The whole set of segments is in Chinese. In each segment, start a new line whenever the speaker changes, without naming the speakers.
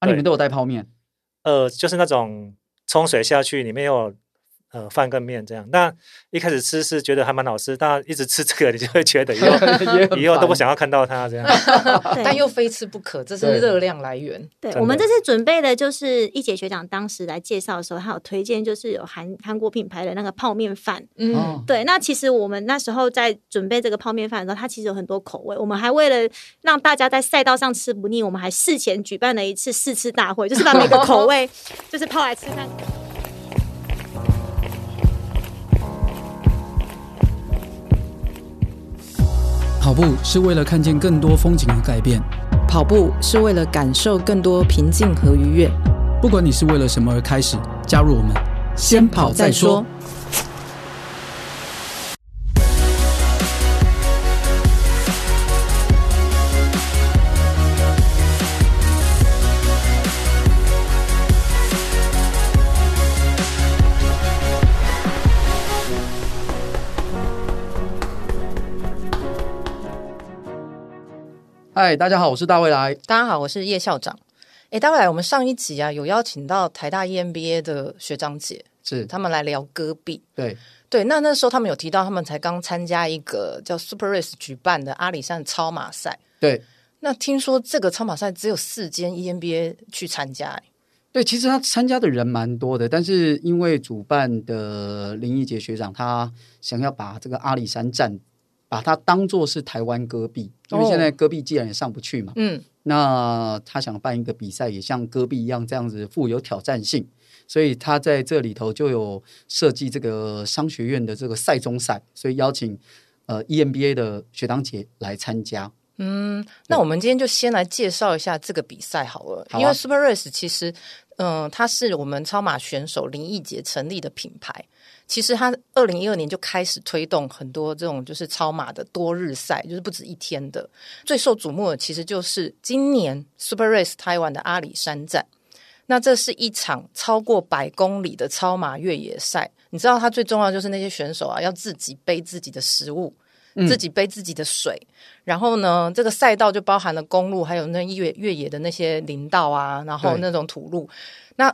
啊，
对
你们都有带泡面，
呃，就是那种冲水下去，里面有呃饭跟面这样。那一开始吃是觉得还蛮好吃，但一直吃这个，你就会觉得以后
也 很
以后都不
烦
想要看到它这样。
但又非吃不可，这是
对
热量来源。
对，
真
我们
的
这次准备的就是一姐学长当时来介绍的时候，他有推荐就是有韩韩国品牌的那个泡面饭。
嗯，
哦
对，那其实我们那时候在准备这个泡面饭的时候，它其实有很多口味。我们还为了让大家在赛道上吃不腻，我们还事前举办了一次试吃大会，就是把每个口味 就是泡来吃看。
跑步是为了看见更多风景和改变。
跑步是为了感受更多平静和愉悦。
不管你是为了什么而开始，加入我们，先跑再说。
嗨，大家好，我是大未来。
大家好，我是叶校长。哎，待会来我们上一集啊，有邀请到台大 E EMBA 的学长姐，
是
他们来聊戈壁。
对，
对，那那时候他们有提到，他们才刚参加一个叫 Super Race 举办的阿里山超马赛。
对，
那听说这个超马赛只有四间 E EMBA 去参加、诶
对，其实他参加的人蛮多的，但是因为主办的林奕杰学长，他想要把这个阿里山站，把它当做是台湾戈壁，因为
哦
现在戈壁既然也上不去嘛，
嗯，
那他想办一个比赛，也像戈壁一样这样子富有挑战性，所以他在这里头就有设计这个商学院的这个赛中赛，所以邀请呃 EMBA 的学长姐来参加。
那我们今天就先来介绍一下这个比赛好了，
好啊
因为 Super Race 其实，嗯、它是我们超马选手林奕杰成立的品牌。其实它二零一二年就开始推动很多这种就是超马的多日赛，就是不止一天的。最受瞩目的其实就是今年 Super Race 台湾的阿里山站。那这是一场超过百公里的超马越野赛。你知道，它最重要就是那些选手啊，要自己背自己的食物，自己背自己的水。然后呢，这个赛道就包含了公路，还有那越越野的那些林道啊，然后
对
那种土路。那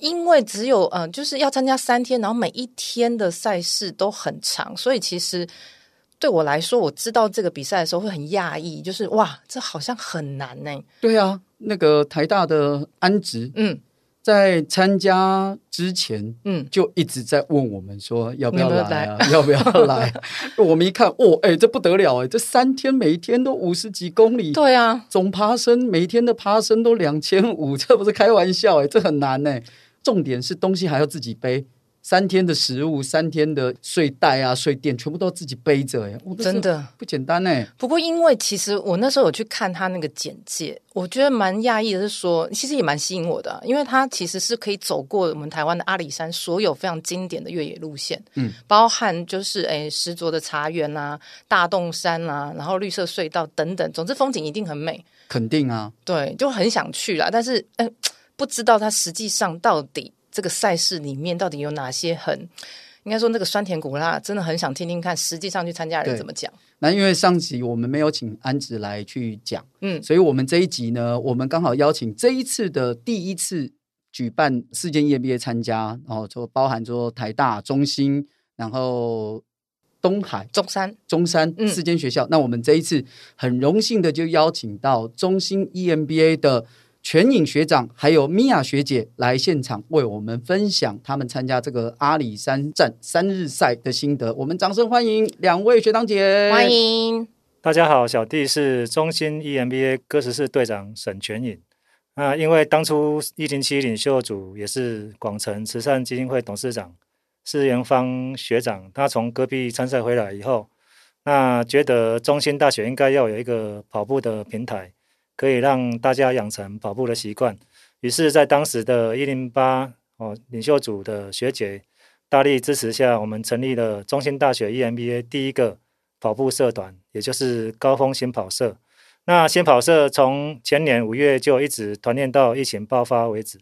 因为只有嗯、呃就是要参加三天，然后每一天的赛事都很长，所以其实对我来说，我知道这个比赛的时候会很讶异，就是哇，这好像很难呢、
对啊，那个台大的安植
嗯
在参加之前，
嗯，
就一直在问我们说要不要
你们
来啊， 要不要来？我们一看，哦，哎、这不得了哎、这三天每天都五十几公里，
对啊，
总爬升每天的爬升都两千五， 这不是开玩笑哎、这很难哎、重点是东西还要自己背，三天的食物、三天的睡袋啊、睡垫，全部都要自己背着哎、哦这是
真的
不简单哎、
不过，因为其实我那时候有去看他那个简介，我觉得蛮讶异的，是说其实也蛮吸引我的啊、因为他其实是可以走过我们台湾的阿里山所有非常经典的越野路线，
嗯，
包含就是诶石卓的茶园啦、大洞山啦、然后绿色隧道等等，总之风景一定很美，
肯定啊，
对，就很想去啦。但是诶，不知道它实际上到底这个赛事里面到底有哪些很。应该说，那个酸甜苦辣真的很想听听看，实际上去参加的人
对
怎么讲。
那因为上集我们没有请安植来去讲，
嗯
所以我们这一集呢，我们刚好邀请这一次的第一次举办世界 E EMBA 参加，然后就包含说台大、中兴，然后东海、
中山，
中山
嗯
四间学校。那我们这一次很荣幸的就邀请到中 E 兴 EMBA 的全影学长，还有米娅学姐来现场为我们分享他们参加这个阿里山站三日赛的心得。我们掌声欢迎两位学长姐，
欢迎。
大家好，小弟是中 E 心 EMBA 歌十四队长沈全颖。那因为当初一零七领袖组也是广城慈善基金会董事长施元芳学长，他从戈壁参赛回来以后，那觉得中心大学应该要有一个跑步的平台，可以让大家养成跑步的习惯。于是，在当时的一零八哦领袖组的学姐大力支持下，我们成立了中心大学 E EMBA 第一个跑步社团，也就是高峰新跑社。那新跑社从前年五月就一直团练到疫情爆发为止。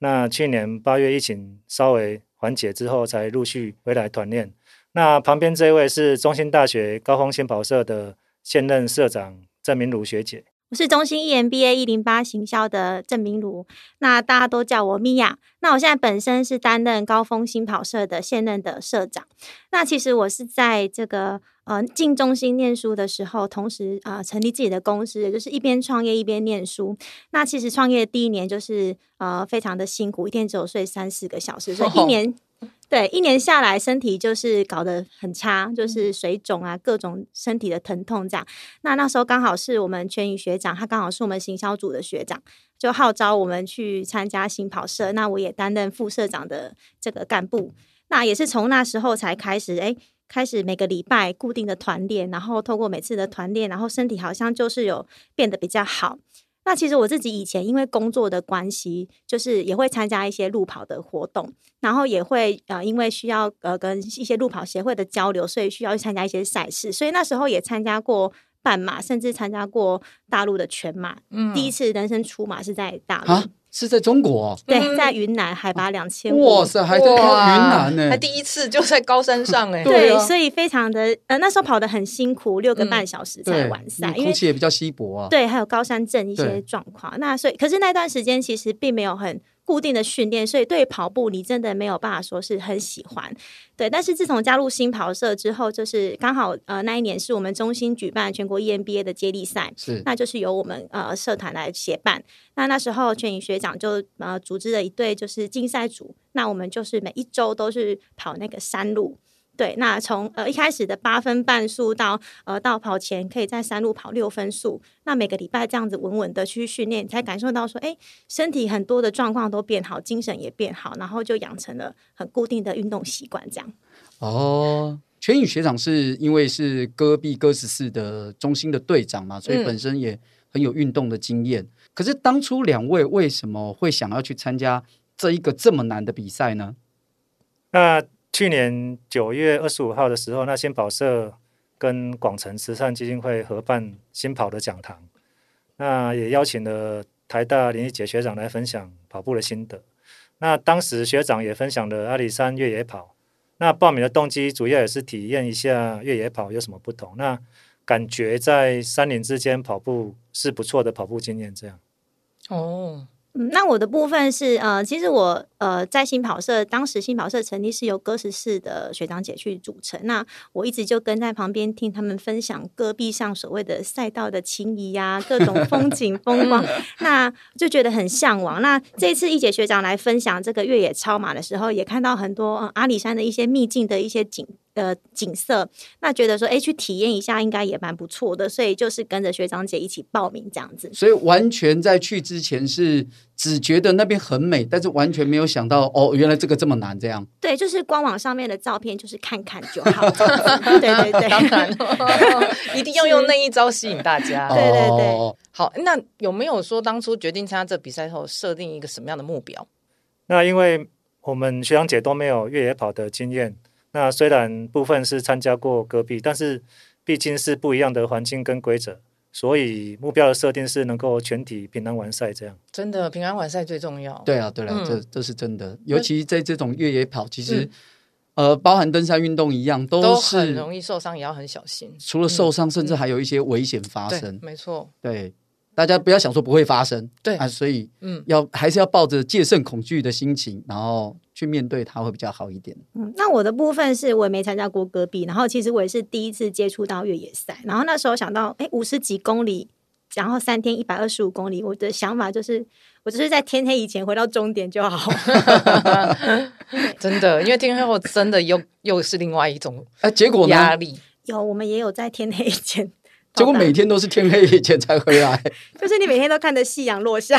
那去年八月疫情稍微缓解之后，才陆续回来团练。那旁边这位是中兴大学高峰新跑社的现任社长郑明儒学姐。
我是中心 E EMBA 一零八行销的郑明如，那大家都叫我米娅。那我现在本身是担任高峰新跑社的现任的社长。那其实我是在这个呃进中心念书的时候，同时啊、呃成立自己的公司，也就是一边创业一边念书。那其实创业第一年就是呃非常的辛苦，一天只有睡三四个小时，所以一年、 对一年下来，身体就是搞得很差，就是水肿啊，各种身体的疼痛这样。那那时候刚好是我们全宇学长，他刚好是我们行销组的学长，就号召我们去参加新跑社。那我也担任副社长的这个干部。那也是从那时候才开始，哎，开始每个礼拜固定的团练，然后透过每次的团练，然后身体好像就是有变得比较好。那其实我自己以前因为工作的关系，就是也会参加一些路跑的活动，然后也会呃，因为需要呃跟一些路跑协会的交流，所以需要去参加一些赛事，所以那时候也参加过半马，甚至参加过大陆的全马。
嗯
第一次人生出马是在大陆，
啊，是在中国哦、
对，在云南海拔两千
哇塞，还在到云南呢、
他第一次就在高山上哎、
对
对，
啊
所以非常的呃，那时候跑得很辛苦，六个
嗯
半小时才
对，
完赛，
你
因
空
为
气也比较稀薄啊。
对，还有高山症一
对
些状况。那所以，可是那段时间其实并没有很固定的训练，所以对跑步你真的没有办法说是很喜欢。对，但是自从加入新跑社之后，就是刚好呃那一年是我们中心举办全国 E EMBA 的接力赛，
是
那就是由我们呃社团来协办。那那时候全影学长就呃组织了一队就是竞赛组，那我们就是每一周都是跑那个山路。对，那从呃一开始的八分半速到呃到跑前可以在山路跑六分速，那每个礼拜这样子稳稳的去训练，你才感受到说，哎，身体很多的状况都变好，精神也变好，然后就养成了很固定的运动习惯，这样。
哦。全宇学长是因为是戈壁哥十四的中心的队长嘛，所以
嗯
本身也很有运动的经验。可是当初两位为什么会想要去参加这一个这么难的比赛呢？
那去年九月二十五号的时候，那新跑社跟广城慈善基金会合办新跑的讲堂，那也邀请了台大林一杰学长来分享跑步的心得。那当时学长也分享了阿里山越野跑，那报名的动机主要也是体验一下越野跑有什么不同。那感觉在山林之间跑步是不错的跑步经验，这样。
哦，
嗯，那我的部分是呃，其实我呃在新跑社，当时新跑社成立是由哥十四的学长姐去组成。那我一直就跟在旁边听他们分享戈壁上所谓的赛道的情谊呀、各种风景风光，那就觉得很向往。那这次一姐学长来分享这个越野超马的时候，也看到很多、呃、阿里山的一些秘境的一些景。呃，景色，那觉得说，哎，去体验一下应该也蛮不错的，所以就是跟着学长姐一起报名这样子。
所以完全在去之前是只觉得那边很美，但是完全没有想到哦，原来这个这么难。这样
对，就是官网上面的照片，就是看看就好。这样子对对 对，
当然，一定要用那一招吸引大家。
对对对
哦
好，那有没有说当初决定参加这比赛后设定一个什么样的目标？
那因为我们学长姐都没有越野跑的经验，那虽然部分是参加过戈壁，但是毕竟是不一样的环境跟规则，所以目标的设定是能够全体平安完赛这样。
真的，平安完赛最重要。，
对啊，对啊，
嗯
这这是真的。尤其在这种越野跑，其实
嗯、
呃，包含登山运动一样，
都
都
很
是
容易受伤，也要很小心。
除了受伤，甚至还有一些危险发
对
生，。
没错，
对，大家不要想说不会发生，
对
啊，所以
嗯，
要还是要抱着戒慎恐惧的心情，然后去面对它会比较好一点。
嗯，那我的部分是我也没参加过戈壁，然后其实我也是第一次接触到越野赛，然后那时候想到，哎，五十几公里，然后三天一百二十五公里，我的想法就是，我就是在天黑以前回到终点就好。
真的，因为天黑后真的又又是另外一种
哎、结果
压
呢？
力。
有，我们也有在天黑以前
结
到
果
达。
每天都是天黑以前才回 来，
就是你每天都看着夕阳落下，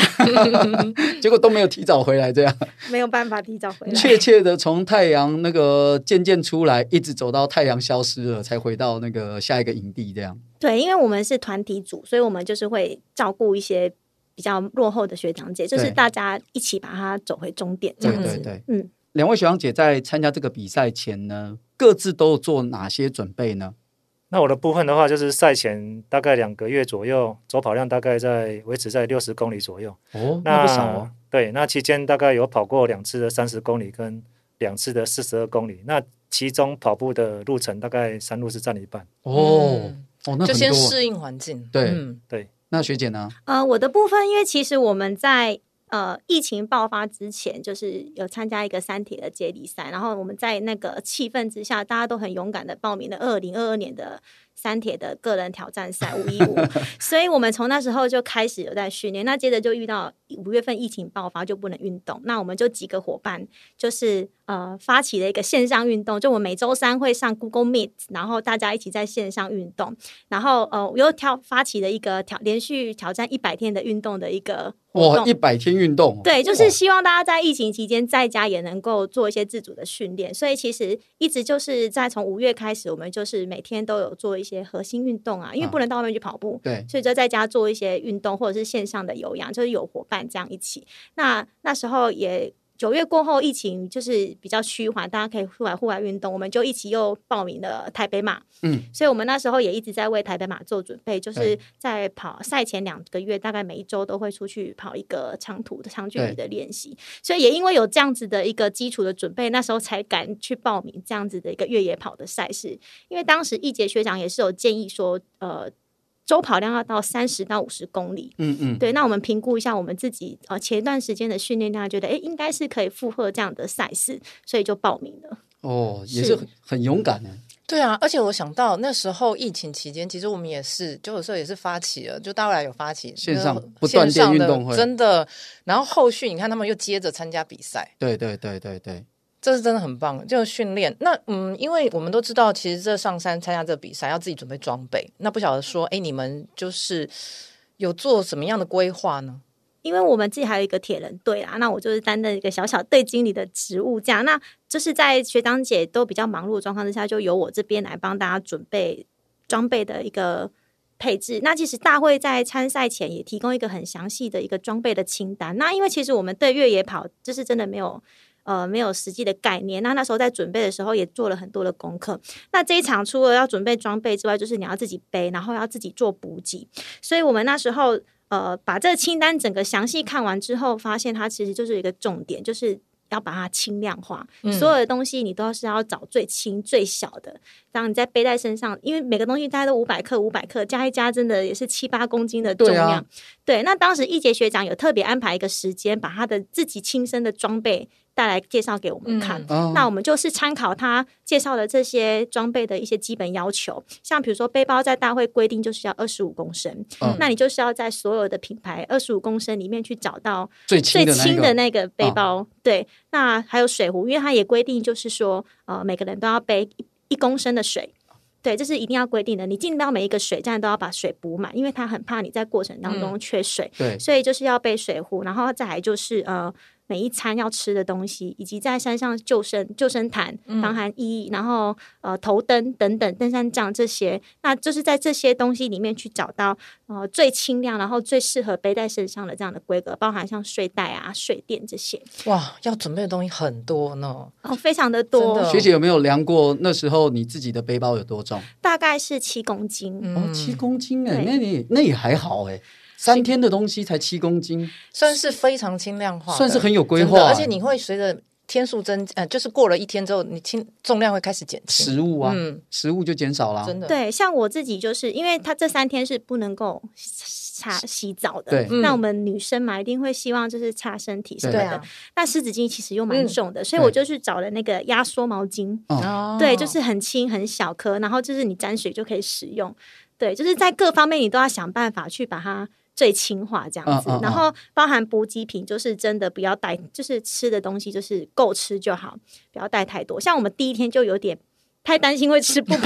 结果都没有提早回来，这 样
没有办法提早回来。
确切的从太阳那个渐渐出来，一直走到太阳消失了，才回到那个下一个营地，这样。
对，因为我们是团体组，所以我们就是会照顾一些比较落后的学长姐，就是
对
大家一起把它走回终点这
对
样
对
子。
对，
嗯，
两位学长姐在参加这个比赛前呢，各自都有做哪些准备呢？
那我的部分的话，就是赛前大概两个月左右，走跑量大概在维持在六十公里左右。
哦，
那
那不少哦。
对，那期间大概有跑过两次的三十公里跟两次的四十二公里。那其中跑步的路程大概山路是占一半。
哦，
嗯
哦，那很多
就先适应环境。
对
嗯
对，
那学姐呢？
呃，我的部分，因为其实我们在呃疫情爆发之前，就是有参加一个三体的接力赛，然后我们在那个气氛之下，大家都很勇敢的报名了二零二二年的。三铁的个人挑战赛五一五，所以我们从那时候就开始有在训练。那接着就遇到五月份疫情爆发，就不能运动。那我们就几个伙伴，就是呃发起了一个线上运动，就我每周三会上 Google Meet，然后大家一起在线上运动。然后呃，我又挑发起了一个挑连续挑战一百天的运动的一个活
哇，
动
一。百天运动哦，
对，就是
哇
希望大家在疫情期间在家也能够做一些自主的训练，所以其实一直就是在从五月开始，我们就是每天都有做一些核心运动啊，因为
啊
不能到外面去跑步，
对
所以就在家做一些运动或者是线上的有氧，就是有伙伴这样一起。那那时候也。九月过后，疫情就是比较趋缓，大家可以出来户外运动，我们就一起又报名了台北马。
嗯，
所以我们那时候也一直在为台北马做准备，就是
对
在跑赛前两个月，大概每一周都会出去跑一个长途的长距离
对
的练习。所以也因为有这样子的一个基础的准备，那时候才敢去报名这样子的一个越野跑的赛事。因为当时易杰学长也是有建议说，呃，周跑量要到三十到五十公里。
嗯嗯，
对，那我们评估一下我们自己呃前一段时间的训练量，觉得诶应该是可以负荷这样的赛事，所以就报名了。
哦，也
是
是很很勇敢的，
对啊，而且我想到那时候疫情期间，其实我们也是，就有时候也是发起了，就大未来有发起
线上
那个
不断电
线上的
运动会
真的。然后后续你看他们又接着参加比赛，
对对对对对，
这是真的很棒，就是训练。那嗯，因为我们都知道，其实这上山参加这个比赛要自己准备装备，那不晓得说，哎，你们就是有做什么样的规划呢？
因为我们自己还有一个铁人队啦，那我就是担任一个小小队经理的职务，这样，那就是在学长姐都比较忙碌的状况之下，就由我这边来帮大家准备装备的一个配置。那其实大会在参赛前也提供一个很详细的一个装备的清单。那因为其实我们对越野跑就是真的没有。呃，没有实际的概念。那那时候在准备的时候，也做了很多的功课。那这一场除了要准备装备之外，就是你要自己背，然后要自己做补给。所以我们那时候呃，把这个清单整个详细看完之后，发现它其实就是一个重点，就是要把它轻量化。所有的东西你都是要找最轻最小的，然后你再背在身上，因为每个东西大概都五百克，五百克加一加，真的也是七八公斤的重
对啊
量。对，那当时易杰学长有特别安排一个时间，把他的自己亲身的装备带来介绍给我们看。
嗯
哦，
那我们就是参考他介绍的这些装备的一些基本要求，像比如说背包在大会规定就是要二十五公升，
嗯
那你就是要在所有的品牌二十五公升里面去找到
最
最
轻的那一
轻的
个，哦
那个背包。对，那还有水壶，因为它也规定就是说，呃，每个人都要背一一公升的水。对，这是一定要规定的。你进到每一个水站都要把水补满，因为他很怕你在过程
嗯
当中缺水。
对，
所以就是要备水壶，然后再来就是呃，每一餐要吃的东西，以及在山上救生救生毯、
嗯
防寒衣，然后呃头灯等等登山杖这些，那就是在这些东西里面去找到呃最轻量，然后最适合背在身上的这样的规格，包含像睡袋啊、睡垫这些，
哇，要准备的东西很多呢。
哦，非常的多，
真的
学姐有没有量过那时候你自己的背包有多重？
大概是七公斤。
嗯
哦，七公斤哎，
嗯对
那也那也还好哎，三天的东西才七公斤，
算是非常轻量化的，
算是很有规
真的
划，
而且你会随着天数增，呃，就是过了一天之后，你轻重量会开始减轻。
食物啊，
嗯，
食物就减少啦，
真的，
对，像我自己就是，因为他这三天是不能够擦洗澡的。
对
嗯
那我们女生嘛，一定会希望就是擦身体什么
对
的。
啊，
那湿纸巾其实又蛮
嗯
重的，所以我就去找了那个压缩毛巾，
嗯
哦
对，就是很轻很小颗，然后就是你沾水就可以使用，对，就是在各方面你都要想办法去把它。最轻化这样子，
嗯嗯嗯
然后包含补给品，就是真的不要带，就是吃的东西就是够吃就好，不要带太多。像我们第一天就有点太担心会吃不饱，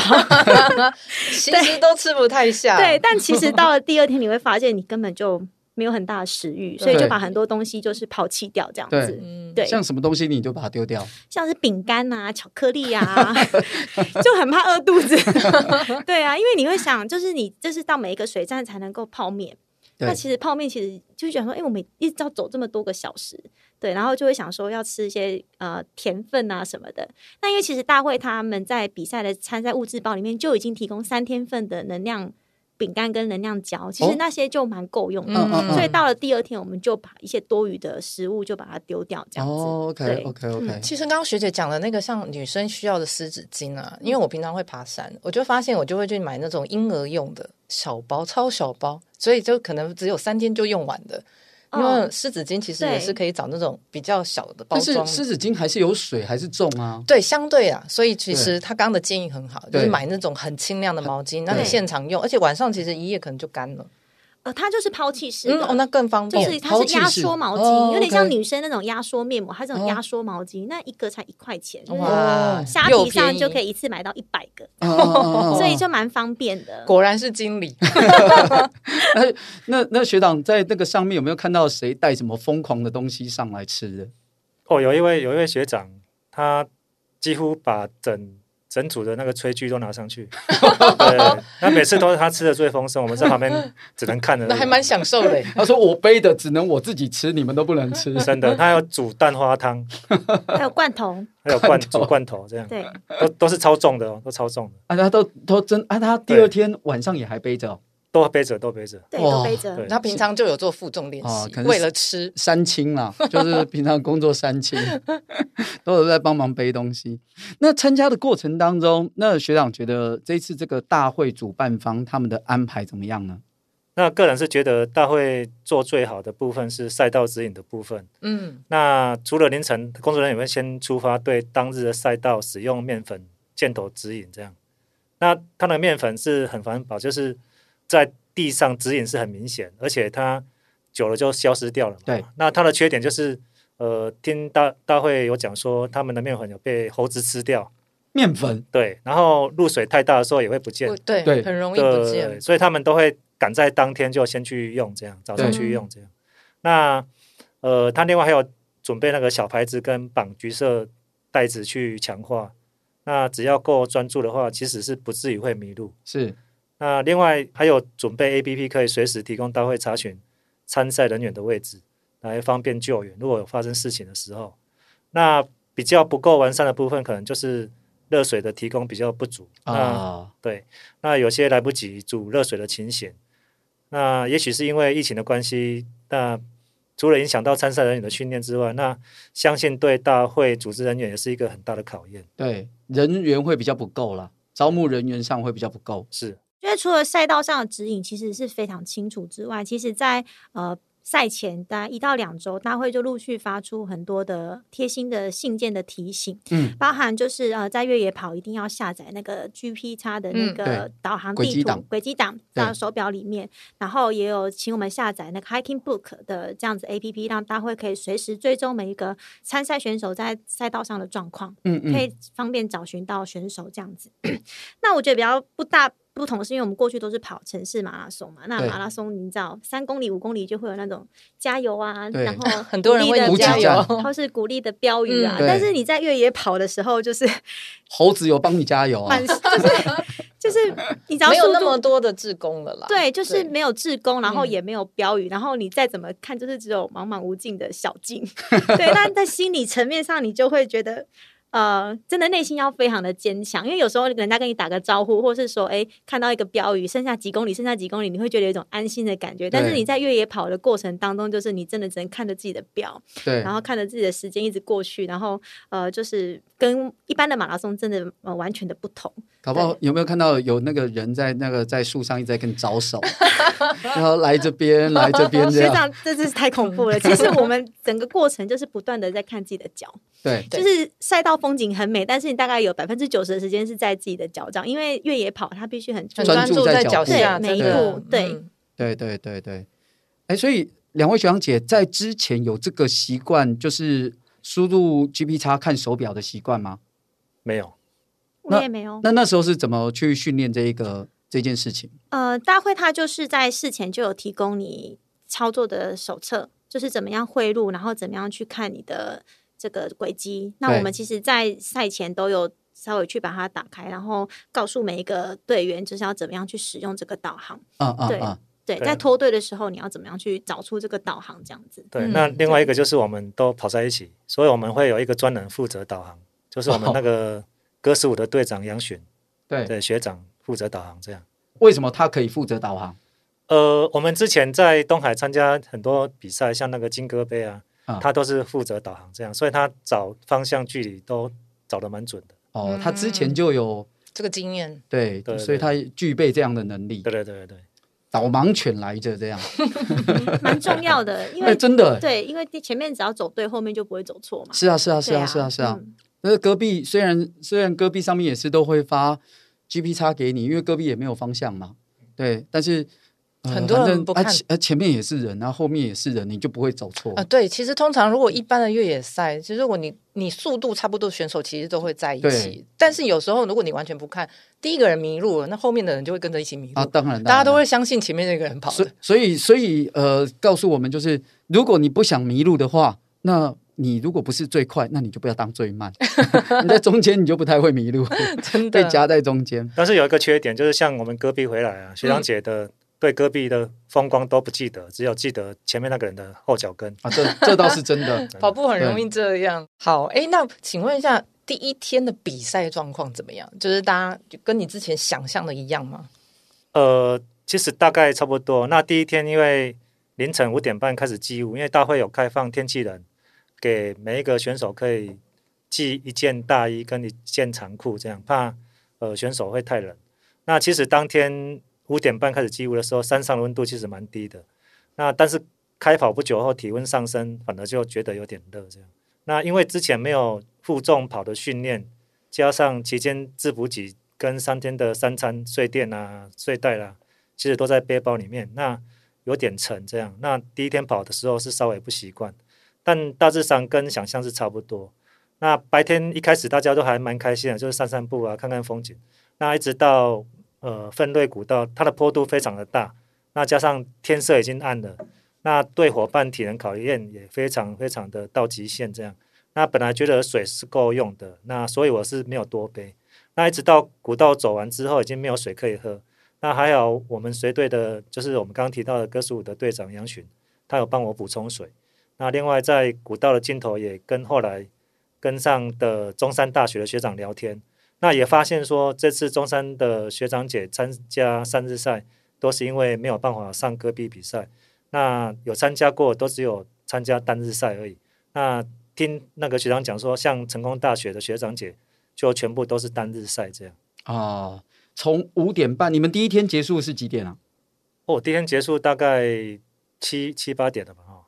其实都吃不太下。
对，，但其实到了第二天，你会发现你根本就没有很大的食欲，所以就
对
把很多东西就是抛弃掉这样
对
子。
嗯，
对，
像什么东西你就把它丢掉，
像是饼干啊、巧克力啊， 就很怕饿肚子。 对啊，因为你会想，就是你这是到每一个水站才能够泡面。
对
那其实泡面其实就想说，哎、我们一直要走这么多个小时，对，然后就会想说要吃一些呃甜分啊什么的。那因为其实大会他们在比赛的参赛物资包里面就已经提供三天份的能量饼干跟能量胶，其
哦
实那些就蛮够用的。
嗯嗯嗯
所以到了第二天，我们就把一些多余的食物就把它丢掉，这样子。
哦，OK
对嗯
OK OK，
其实刚刚学姐讲的那个像女生需要的湿纸巾啊，因为我平常会爬山，我就发现我就会去买那种婴儿用的小包、超小包，所以就可能只有三天就用完的。因为
哦
湿纸巾其实也
对
是可以找那种比较小的包
但是
装，
湿纸巾还是有水，还是重啊。
对，相对啊，所以其
对
实他刚刚的建议很好，就
对
是买那种很轻量的毛巾，那你
对
现场用，而且晚上其实一夜可能就干了。
呃，它就是抛弃式
嗯，
的，
哦，那更方
就
便。
是它
抛
是
弃
压
式
缩毛
哦
巾，有点像
OK
女生那种压缩面膜，它这种
哦
压缩毛巾，那一个才一块钱，就是
哇，
嗯虾
又
皮上
便宜哦
就可以一次买到一百个，
啊啊啊啊啊
所以就蛮方便的。
果然是经理，
那那学长在那个上面有没有看到谁带什么疯狂的东西上来吃的？
哦，有一位有一位学长，他几乎把整整组的那个炊具都拿上去，对，那每次都是他吃的最丰盛，我们在旁边只能看着而已。
那还蛮享受的。
他说我背的只能我自己吃，你们都不能 吃。
真的，他要煮蛋花汤，
还有罐头，
还有
罐
罐
头
煮罐头，这样
对，
都都是超重的哦，都超重的，
啊，他都都真啊，他第二天晚上也还背着哦
都背着都背着。
对，
哇
都背着
对。
他平常就有做负重练
哦
习
可，能是
为了吃。
三清 啦，就是平常工作三 清，都有在帮忙背东西。那参加的过程当中，那学长觉得这次这个大会主办方他们的安排怎么样呢？
那个人是觉得大会做最好的部分是赛道指引的部分。
嗯，
那除了凌晨，工作人员会先出发对当日的赛道使用面粉箭头指引这样。那它的面粉是很环保，就是在地上指引是很明显，而且它久了就消失掉了嘛。
对。
那它的缺点就是，呃，听大大会有讲说他们的面粉有被猴子吃掉，
面粉
对，然后露水太大的时候也会不见
不，对，
对
很容易不
对，
见。
所以他们都会赶在当天就先去用，这样早上
对
去用这
嗯
样。那呃，他另外还有准备那个小牌子跟绑橘色带子去强化。那只要够专注的话，其实是不至于会迷路。
是
那另外还有准备 A P P 可以随时提供大会查询参赛人员的位置，来方便救援。如果有发生事情的时候，那比较不够完善的部分，可能就是热水的提供比较不足。那
啊，
对，那有些来不及煮热水的情形，那也许是因为疫情的关系，那除了影响到参赛人员的训练之外，那相信对大会组织人员也是一个很大的考验。
对，人员会比较不够啦，招募人员上会比较不够。
是，
因为除了赛道上的指引其实是非常清楚之外，其实在呃赛前大概一到两周，大会就陆续发出很多的贴心的信件的提醒，
嗯，
包含就是呃在越野跑一定要下载那个 GP 叉的那
嗯
个
对
导航
轨迹
地
档
图轨迹档
对
到手表里面，然后也有请我们下载那个 Hiking Book 的这样子 APP，让大会可以随时追踪每一个参赛选手在赛道上的状况。
嗯
可
嗯，
以方便找寻到选手这样子。 那我觉得比较不大不同，是因为我们过去都是跑城市马拉松嘛，那
对
马拉松你知道三公里、五公里就会有那种加油啊，
对
然 后
很多人会哦
鼓
鼓励的
加
加
标
油
油
站，
或是鼓励的标语啊
嗯，对
但是你在越野跑的时候，就是
猴子有帮你加油啊
慢，，就是就是你只要
没有
速
那
度
么多的志工了啦。
对，就是
对
没有志工，然后
嗯
也没有标语，然后你再怎么看，就是只有茫茫无尽的小径。对，但在心理层面上，你就会觉得。呃，真的内心要非常的坚强，因为有时候人家跟你打个招呼，或是说，哎，看到一个标语，剩下几公里，剩下几公里，你会觉得有一种安心的感觉。但是
对
你在越野跑的过程当中，就是你真的只能看着自己的表，
对
然，后看着自己的时间一直过去，然后呃，就是跟一般的马拉松真的呃完全的不同。
搞不好有没有看到有那个人在那个在树上一直在跟你招手， 然后来这边来这边这
哦学
样，嗯
长，这真是太恐怖了。其实我们整个过程就是不断的在看自己的脚，
对
对
就是赛道风景很美，但是你大概有百分之九十的时间是在自己的脚上，因为越野跑它必须很
很
专注。
专
专
注
注
在
在
脚
脚
步
下，
对
真的
每一步对
嗯
对对对对，哎，所以两位学长姐在之前有这个习惯，就是输入 G P 叉看手表的习惯吗？
没有，
我也没有。
那那时候是怎么去训练这一个这件事情？
呃，大会它就是在事前就有提供你操作的手册，就是怎么样汇入，然后怎么样去看你的这个轨迹。那
对
我们其实，在赛前都有稍微去把它打开，然后告诉每一个队员就是要怎么样去使用这个导航。
啊啊
对
啊！
对，
对
在脱队的时候，你要怎么样去找出这个导航？这样子，
对。
嗯
那另外一个就是我们都跑在一起，所以我们会有一个专人负责导航，就是我们那个哥十五的队长杨巡，
对，
对学长负责导航这样。
为什么他可以负责导航？
呃，我们之前在东海参加很多比赛，像那个金戈杯啊，
啊
他都是负责导航这样，所以他找方向距离都找得蛮准的。
哦，他之前就有
这个经验，
对，
对
所以它具备这样的能力
对，对对对
导盲犬来着这样，
蛮重要的，因
哎、
为
真的、哎
对，因为前面只要走对，后面就不会走错嘛。
是啊，是啊，是
对
啊，是啊，是啊。
嗯
那个戈壁虽然虽然戈壁上面也是都会发 GP 叉给你，因为戈壁也没有方向嘛，对，但是、呃
很多人
反正
不
啊
看
前啊前面也是人，然后后面也是人，你就不会走错。
啊，对，其实通常如果一般的越野赛，其实如果你你速度差不多，选手其实都会在一
对
起。但是有时候如果你完全不看，第一个人迷路了，那后面的人就会跟着一起迷路，
啊，当然，
大家都
会。
会相信前面那个人跑
所
的。
所以所以呃，告诉我们就是，如果你不想迷路的话，那你如果不是最快，那你就不要当最慢。 你在中间你就不太会迷路，
真
被
的，
夹在中间。
但是有一个缺点，就是像我们戈壁回来啊，学长姐的、对戈壁的风光都不记得，只有记得前面那个人的后脚跟。
啊，这这倒是真 的。
跑步很容易这样。好，哎，那请问一下，第一天的比赛状况怎么样？就是大家就跟你之前想象的一样吗？
呃，其实大概差不多。那第一天因为凌晨五点半开始记录，因为大会有开放天气人，给每一个选手可以寄一件大衣跟一件长裤，这样怕呃选手会太冷。那其实当天五点半开始记录的时候，山上的温度其实蛮低的。那但是开跑不久后，体温上升，反而就觉得有点热这样。那因为之前没有负重跑的训练，加上期间自补给跟三天的三餐睡垫啊、睡袋啦、其实都在背包里面，那有点沉这样。那第一天跑的时候是稍微不习惯，但大致上跟想象是差不多。那白天一开始大家都还蛮开心的，就是散散步啊，看看风景。那一直到呃分瑞古道，它的坡度非常的大，那加上天色已经暗了，那对伙伴体能考验也非常非常的到极限这样。那本来觉得水是够用的，那所以我是没有多背。那一直到古道走完之后，已经没有水可以喝。那还好，我们随队的，就是我们刚刚提到的哥十五的队长杨巡，他有帮我补充水。那另外在古道的尽头，也跟后来跟上的中山大学的学长聊天，那也发现说，这次中山的学长姐参加三日赛，都是因为没有办法上戈壁比赛。那有参加过，都只有参加单日赛而已。那听那个学长讲说，像成功大学的学长姐，就全部都是单日赛这样。
啊，从五点半，你们第一天结束是几点啊？
哦，第一天结束大概七七八点了吧？哦哈，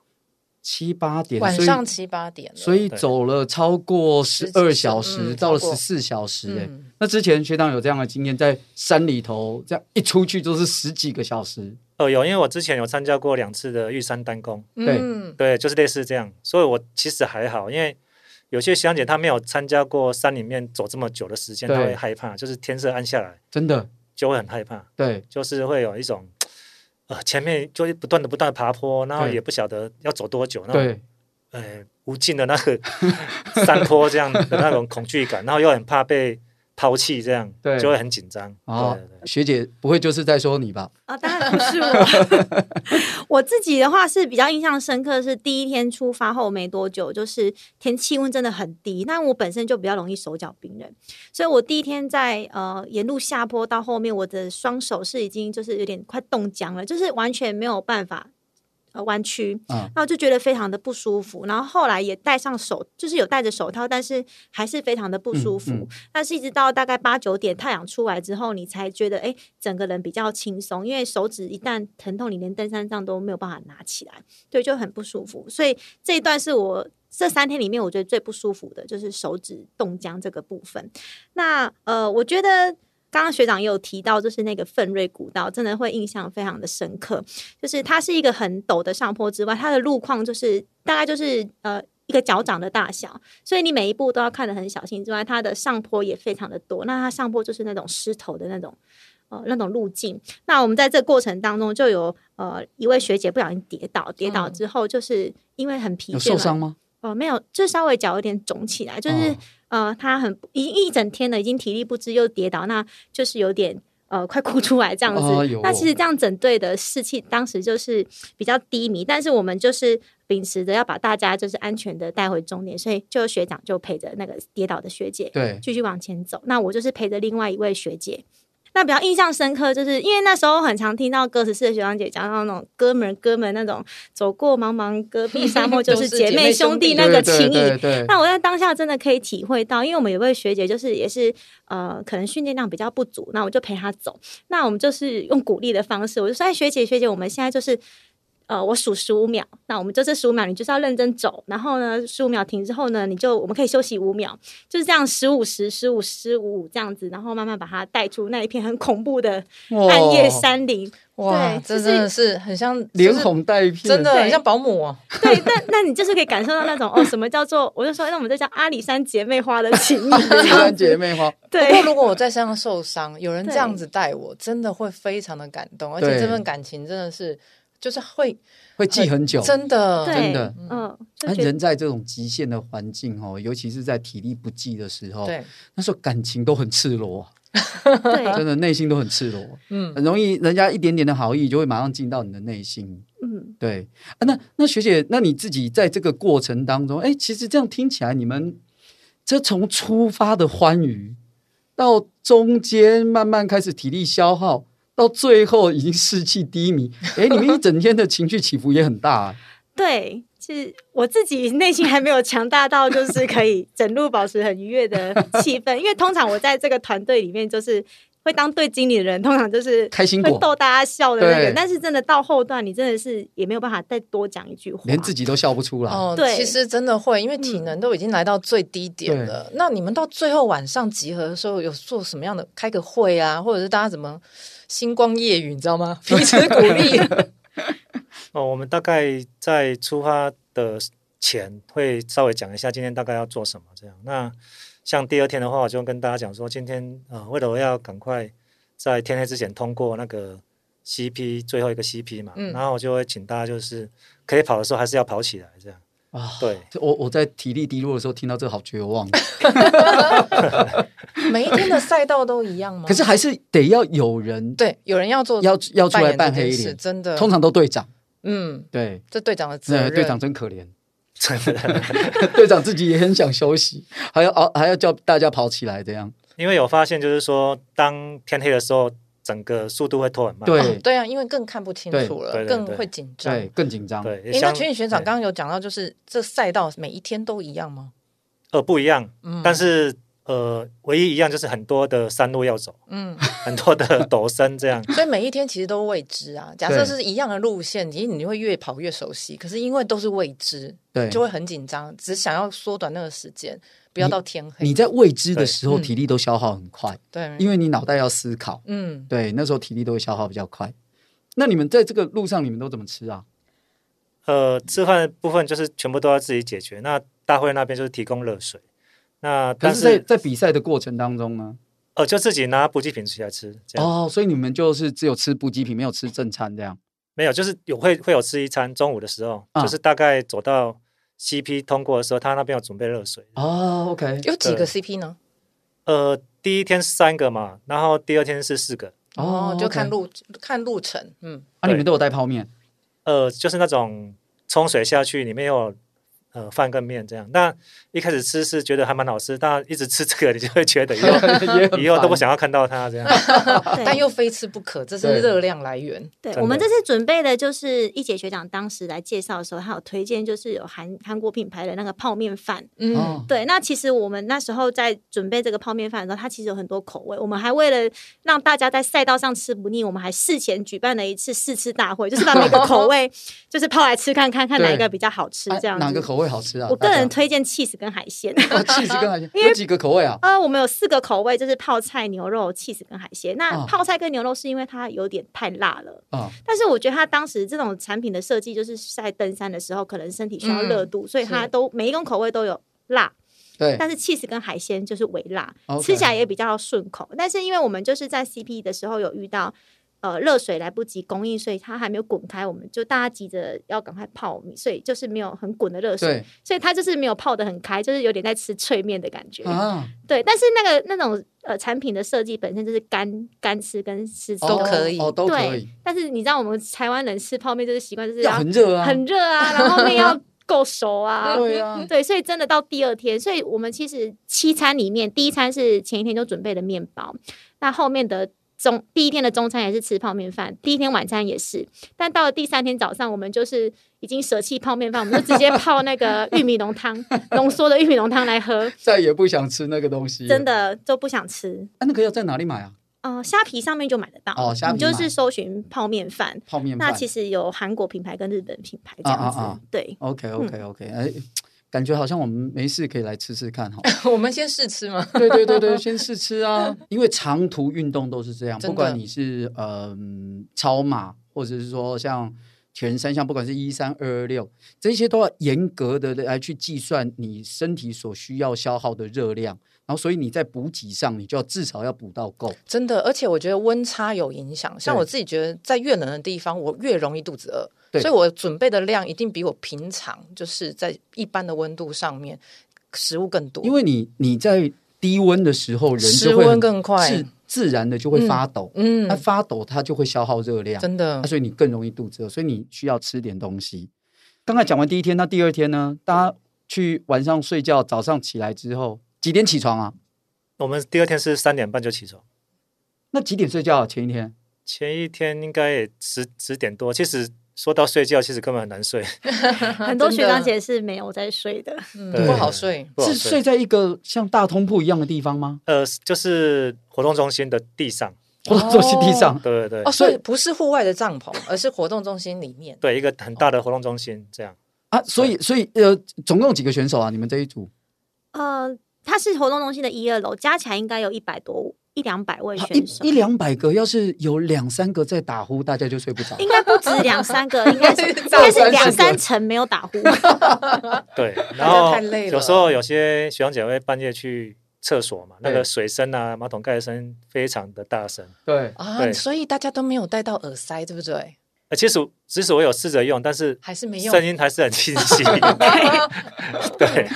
七八点，
晚
所以
上七八点了，
所以
对
走了超过十
十
二小时，
嗯
到了
超
十
过
四小时、欸。
嗯
那之前学长有这样的经验，在山里头这样一出去就是十几个小时。
呃，有，因为我之前有参加过两次的玉山单攻，
对
嗯，
对，就是类似这样，所以我其实还好，因为有些学长姐她没有参加过山里面走这么久的时间，她
对
会害怕，就是天色暗下来
真的，
就会很害怕，
对
就是会有一种。呃，前面就不断的不断的爬坡，然后
对
也不晓得要走多久，那种
对，
呃无尽的那 个山坡这样的那种恐惧感，然后又很怕被抛弃，这样
对
就会很紧张。
哦
对对对，
学姐不会就是在说你吧？
啊，当然不是我。我 自己的话是比较印象深刻，是第一天出发后没多久，就是天气温真的很低。那我本身就比较容易手脚冰冷，所以我第一天在呃沿路下坡到后面，我的双手是已经就是有点快冻僵了，就是完全没有办法。呃，弯曲，
嗯
那我就觉得非常的不舒服。然后后来也戴上手，就是有戴着手套，但是还是非常的不舒服。
嗯嗯
但是一直到大概八九点太阳出来之后，你才觉得哎，诶整个人比较轻松，因为手指一旦疼痛，你连登山杖都没有办法拿起来，对，就很不舒服。所以这一段是我这三天里面我觉得最不舒服的，就是手指冻僵这个部分。那呃，我觉得。刚刚学长也有提到，就是那个奋锐古道，真的会印象非常的深刻。就是它是一个很陡的上坡之外，它的路况就是大概就是呃一个脚掌的大小，所以你每一步都要看得很小心。之外，它的上坡也非常的多，那它上坡就是那种石头的那种。呃，那种路径，那我们在这过程当中就有呃一位学姐不小心跌倒，跌倒之后就是因为很疲
嗯有
倦
受
嘛，
伤吗？
哦、没有，就稍微脚有点肿起来，就是、
哦
呃，她很一一整天了，已经体力不支又跌倒，那就是有点呃快哭出来这样子。
哎呦
那其实这样整队的士气当时就是比较低迷，但是我们就是秉持着要把大家就是安全的带回终点，所以就有学长就陪着那个跌倒的学姐
对，
继续往前走，那我就是陪着另外一位学姐。那比较印象深刻，就是因为那时候很常听到歌词室的学长姐讲到那种哥们儿哥们那种走过茫茫戈壁沙漠 就是姐妹兄弟那个情谊
对对，对
那我在当下真的可以体会到，因为我们有位学姐就是也是呃，可能训练量比较不足，那我就陪她走。那我们就是用鼓励的方式，我就说：“哎，学姐，学姐，我们现在就是。”呃，我数十五秒，那我们就这十五秒，你就是要认真走。然后呢，十五秒停之后呢，你就我们可以休息五秒，就是这样十五十十五十五这样子，然后慢慢把它带出那一片很恐怖的
哇
暗夜山林。
哇，
对
这
就是
真的是很像
连，
就是
哄带骗，
真的
对
很像保姆哦。
对，那那你就是可以感受到那种哦，什么叫做？我就说，那我们这叫阿里山姐妹花的情 谊，这样
三
子
姐妹花，
对
不过如果我在山上受伤，有人这
对
样子带我，真的会非常的感动，而且
对
这份感情真的是就是会
会记很久，
真的
对，
真的
嗯，就
那
觉得
人在这种极限的环境哦，尤其是在体力不济的时候，
对，
那时候感情都很赤裸啊，
对，
真的内心都很赤裸，
嗯
很容易人家一点点的好意就会马上进到你的内心。
嗯，
对啊，那那学姐，那你自己在这个过程当中，哎，其实这样听起来，你们这从出发的欢愉，到中间慢慢开始体力消耗，到最后已经士气低迷，哎，你们一整天的情绪起伏也很大、啊。
对。是我自己内心还没有强大到，就是可以整路保持很愉悦的气氛。因为通常我在这个团队里面，就是会当队经理的人，通常就是
开心
会
果
逗大家笑的那
对
个。但是真的到后段，你真的是也没有办法再多讲一句话，
连自己都笑不出来，
哦，
对嗯
其实真的会，因为体能都已经来到最低点
对
了。那你们到最后晚上集合的时候，有做什么样的开个会啊，或者是大家怎么星光夜雨，你知道吗？ 彼此鼓 励，
哦，我们大概在出发的前会稍微讲一下今天大概要做什么，这样。那像第二天的话，我就跟大家讲说，今天呃，为了要赶快在天黑之前通过那个 CP 最后一个 CP 嘛，
嗯
然后我就会请大家就是可以跑的时候还是要跑起来，这样。
啊
对，
我我在体力低落的时候听到这好绝
哦
望，
每一天的赛道都一样吗？
可是还是得要有人
对，有人要做
要要出来
扮
扮
演这
黑
件事
脸，
真的，
通常都队长。
嗯，
对，
这队长的责
那
任，
队长真可怜， 队长自己也很想休息，还要熬，还要叫大家跑起来这样。
因为有发现就是说，当天黑的时候，整个速度会拖很慢。
对
哦对啊，因为更看不清楚了，
对对对
更
对
会紧张。
对，更紧张。
对，哎也
诶那
像
群里学长
对
刚刚有讲到，就是这赛道每一天都一样吗？
呃不一样，
嗯
但是呃唯一一样就是很多的山路要走，
嗯，
很多的陡升这样。
所以每一天其实都未知啊。假设是一样的路线，其实你会越跑越熟悉，可是因为都是未知，
对
就会很紧张，只想要缩短那个时间，不要到天黑。
你在未知的时候，
对嗯
体力都消耗很快，
对，
因
为
为你脑袋要思考。
嗯，
对，那时候体力都会消耗比较快。那你们在这个路上，你们都怎么吃啊？
呃，吃饭的部分就是全部都要自己解决。那大会那边就是提供热水，那
可
但
是
是
在，在比赛的过程当中呢？
呃就自己拿补给品起来吃，这样、
哦，所以你们就是只有吃补给品，没有吃正餐这样。
没有就是有会会有吃一餐，中午的时候、
啊
就是大概走到 CP 通过的时候，他那边有准备热水。
哦，OK，
有几个
对
CP 呢？
呃，第一天是三个嘛，然后第二天是四个，
哦
就
OK
看路看路程，嗯，
啊，你们都有带泡面。
呃，就是那种冲水下去，里面有呃饭跟面这样。那一开始吃是觉得还蛮好吃，但一直吃这个，你就会觉得以后
也 很
以后都不
烦
想要看到它这样。
对
但又非吃不可，这是
对
热量来源。
对
真
我们
的
这次准备的就是一姐学长当时来介绍的时候，他有推荐就是有韩韩国品牌的那个泡面饭。
嗯，
哦
对，那其实我们那时候在准备这个泡面饭的时候，它其实有很多口味。我们还为了让大家在赛道上吃不腻，我们还事前举办了一次试吃大会，就是把每个 口味就是泡来吃看看，看哪一
对
个比较好吃
啊
这样子。
哪个口味好吃啊？
我个人
大
推荐 cheese 跟海 鲜。
家哦，cheese 跟海鲜有几个口味啊？
呃，我们有四个口味，就是泡菜、牛肉、cheese 跟海鲜。那
哦
泡菜跟牛肉是因为它有点太辣了，
啊，
但是我觉得他当时这种产品的设计，就是在登山的时候，可能身体需
嗯
要热度，所以它
是
都每一种口味都有辣，
对，
但是 cheese 跟海鲜就是微辣
OK
吃起来也比较顺口。但是因为我们就是在 CP 的时候有遇到。呃，热水来不及供应，所以它还没有滚开，我们就大家急着要赶快泡米，所以就是没有很滚的热水，
对
所以它就是没有泡的很开，就是有点在吃脆面的感觉。
啊，
对，但是那个那种呃产品的设计本身就是干干吃跟湿吃
都可以
哦，都可
对
以，，
但是你知道我们台湾人吃泡面就是习惯，就是
要很热啊，
很热啊，然后面要够 熟啊。
对啊，
对，所以真的到第二天，所以我们其实七餐里面，第一餐是前一天就准备的面包，那后面的中第一天的中餐也是吃泡面饭，第一天晚餐也是，但到了第三天早上，我们就是已经舍弃泡面饭，我们就 直接泡那个玉米浓汤，浓缩的玉米浓汤来喝，
再也不想吃那个东西。
真，的就不想吃。
啊，那个要在哪里买啊？
呃，虾皮上面就买得到，
哦虾皮
你就
买
是搜寻泡面饭。
泡面饭。
那其实有韩国品牌跟日本品牌这样子，
啊啊啊
对，
OK OK OK，哎、感觉好像我们没事可以来吃吃看哈。
我们先试吃嘛。
对对对 对，先试吃啊，因为长途运动都是这样，
真
不
的
管你是嗯、超马，或者是说像全三项，不管是一三二二六，这些都要严格的来去计算你身体所需要消耗的热量，然后所以你在补给上，你就要至少要补到够。
真的，而且我觉得温差有影响。像
对
我自己觉得，在越冷的地方，我越容易肚子饿，
对
所以我准备的量一定比我平常就是在一般的温度上面食物更多，
因为你你在低温的时候，人
失
就会
温
很
更快
自。自然的就会发抖，那、
嗯，
发抖它就会消耗热量，
真的
那，所以你更容易肚子饿，所以你需要吃点东西。刚才讲完第一天，那第二天呢？大家去晚上睡觉，早上起来之后几点起床啊？
我们第二天是三点半就起床，
那几点睡觉、啊？前一天
前一天应该也十十点多。其实说到睡觉，其实根本很难睡，
很多
真
学
的
长姐是没有在睡的，
嗯
对
不好睡。
不好
是睡在一个像大通铺一样的地方吗？
呃，就是活动中心的地上，
或者坐在地上？
对对
哦，
对
所以不是户外的帐篷，而是活动中心里面。
对，一个很大的活动中心这样。
啊，所以所以呃，总共几个选手啊？你们这一组
呃，它是活动中心的一二楼，加起来应该有一百多一两百位
哇
选手
一一，两百个，要是有两三个在打呼，大家就睡不着。
应该不止两 三个，应该是应
大
该
三
是
十
两
个
三成没有打呼。
对，然
家
后
太累了
有时候有些学长姐会半夜去厕所嘛，那
对
个水声啊、马桶盖声非常的大声。
对，
啊，
对
所以大家都没有戴到耳塞，对不对？
呃，其实我其实我有试着用，但是
还是没用
声音还是很清 晰，对，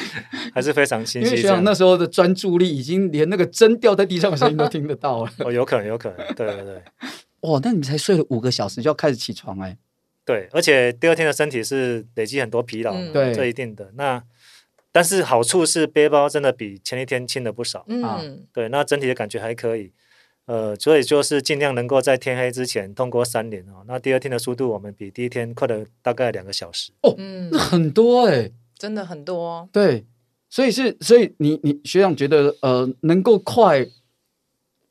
还是非常
因
清
为
晰
学
这样。
长那时候的专注力已经连那个针掉在地上的声音都听得到了。
哦，有可能，有可能，对对对
哇，那你们才睡了五个小时就要开始起床哎、
对，而且第二天的身体是累积很多疲劳嘛，
嗯
对
这一定的。那但是好处是背包真的比前一天轻了不少，
啊
嗯，
对，那整体的感觉还可以。呃，所以就是尽量能够在天黑之前通过山林哦。那第二天的速度我们比第一天快了大概两个小时，
嗯
那，很多哎、
真的很多哦。
对，所以是，所以你你学长觉得呃，能够快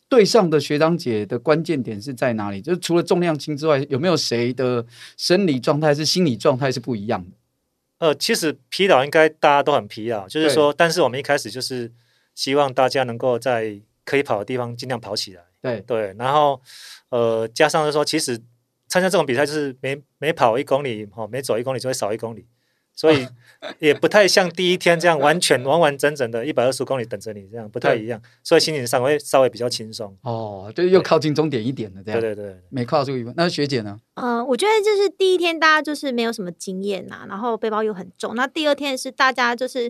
对上的学长姐的关键点是在哪里？就是除了重量轻之外，有没有谁的生理状态是心理状态是不一样的？
呃，其实疲劳应该大家都很疲劳，就是
对
说，但是我们一开始就是希望大家能够在可以跑的地方尽量跑起来，
对，
对，然后呃，加上就是说，其实参加这种比赛就是每每跑一公里哦，每走一公里就会少一公里，所以也不太像第一天这样完全完完整整的一百二十公里等着你这样不太
对
一样，所以心情上会稍微比较轻松，
哦，就是又靠近终点一点了，这样
对对对，
没跨出一步。那学姐呢？
呃，我觉得就是第一天大家就是没有什么经验呐、然后背包又很重。那第二天是大家就是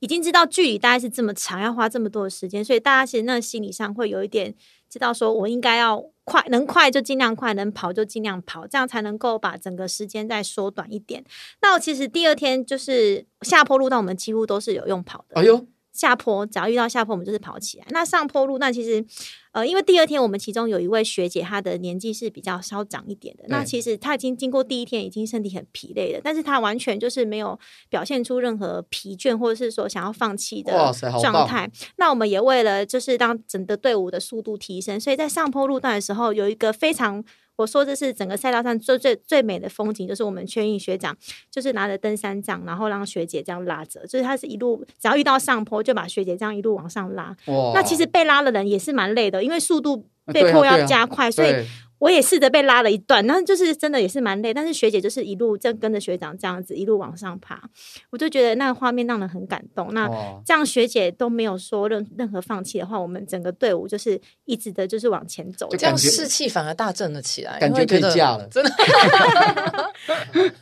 已经知道距离大概是这么长，要花这么多的时间，所以大家其实那个心理上会有一点知道，说我应该要快，能快就尽量快，能跑就尽量跑，这样才能够把整个时间再缩短一点。那我其实第二天就是下坡路段，我们几乎都是有用跑的。
哎呦，
下坡，只要遇到下坡，我们就是跑起来。那上坡路，那其实，呃，因为第二天我们其中有一位学姐，她的年纪是比较稍长一点的。那其实她已经经过第一天，已经身体很疲累了，但是她完全就是没有表现出任何疲倦，或者是说想要放弃
哇
的
塞好
状
棒
态。那我们也为了就是让整个队伍的速度提升，所以在上坡路段的时候，有一个非常。我说这是整个赛道上最最最美的风景，就是我们缺印学长就是拿着登山杖，然后让学姐这样拉着，就是他是一路只要遇到上坡就把学姐这样一路往上拉。
哇，
那其实被拉的人也是蛮累的，因为速度
对
被
啊
迫
对
要
啊
加快，所以
对
我也试着被拉了一段，但就是真的也是蛮累，但是学姐就是一路正跟着学长这样子一路往上爬，我就觉得那个画面让人很感动。那
哇，
这样学姐都没有说任任何放弃的话，我们整个队伍就是一直的就是往前走
就，
这样
感觉
士气反而大振了起来，
感
因为
觉可以
得
嫁了
真的。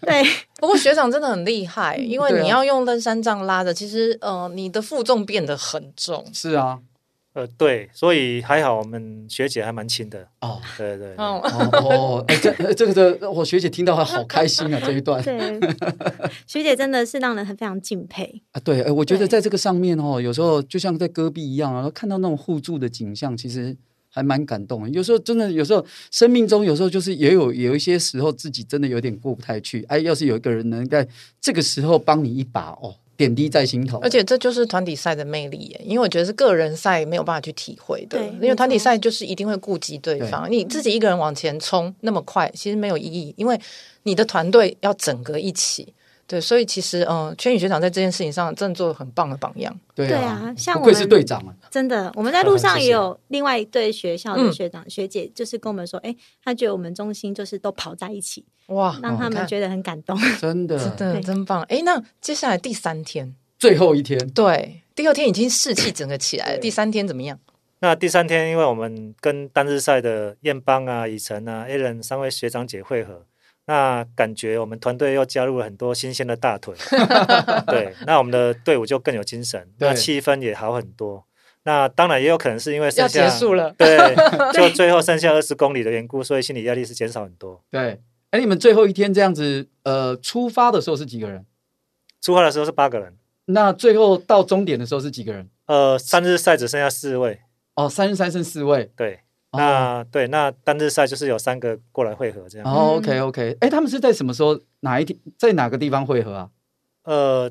对，
不过学长真的很厉害，
对
因为
啊
你要用登山杖拉着，其实呃，你的负重变得很重。
是啊，
呃对，所以还好我们学姐还蛮轻的，
哦。
对对对
嗯，
哦哦，哎这这个这我学姐听到她好开心啊！这一 段，
对，学姐真的是让人很非常敬佩。
啊，对，哎，我觉得
对
在这个上面哦，有时候就像在戈壁一样啊，看到那种互助的景象，其实还蛮感动的。有时候真的，有时候生命中有时候就是也有有一些时候自己真的有点过不太去。哎，要是有一个人能在这个时候帮你一把哦，点滴在心头。
而且这就是团体赛的魅力耶，因为我觉得是个人赛没有办法去体会的，
对
因为团体赛就是一定会顾及对方，你自己一个人往前冲那么快，其实没有意义，因为你的团队要整个一起。对，所以其实，嗯、圈宇学长在这件事情上真的做了很棒的榜样。
对
对
啊
啊，像
不
我
愧是
们
队 长啊，
真的，我们在路上
谢谢
也有另外一对学校的
嗯
学长、学姐，就是跟我们说，哎、他觉得我们中心就是都跑在一起，
哇，
让他
你
们
看
觉得很感动。
真的。
真的
对
真棒。哎，那接下来第三天，
最后一天，
对，第二天已经士气整个起来了，第三天怎么样？
那第三天，因为我们跟单日赛的燕邦啊、以晨啊、a l a n 三位学长姐汇合，那感觉我们团队又加入了很多新鲜的大 腿，对，那我们的队伍就更有精神，那
对
气氛也好很多。那当然也有可能是因为剩
要
下，
结束了
对，就最后剩下二十公里的缘故，所以心理压力是减少很多。
对。哎，你们最后一天这样子，呃，出发的时候是几个人？
出发的时候是八个人，
那最后到终点的时候是几个人？
呃，三日赛只剩下四位，
哦，三十三剩四位。
对，
哦
那、对，那单日赛就是有三个过来汇合这样。
嗯
哦，OK OK，哎，他们是在什么时候？哪一天？在哪个地方会合啊？
呃，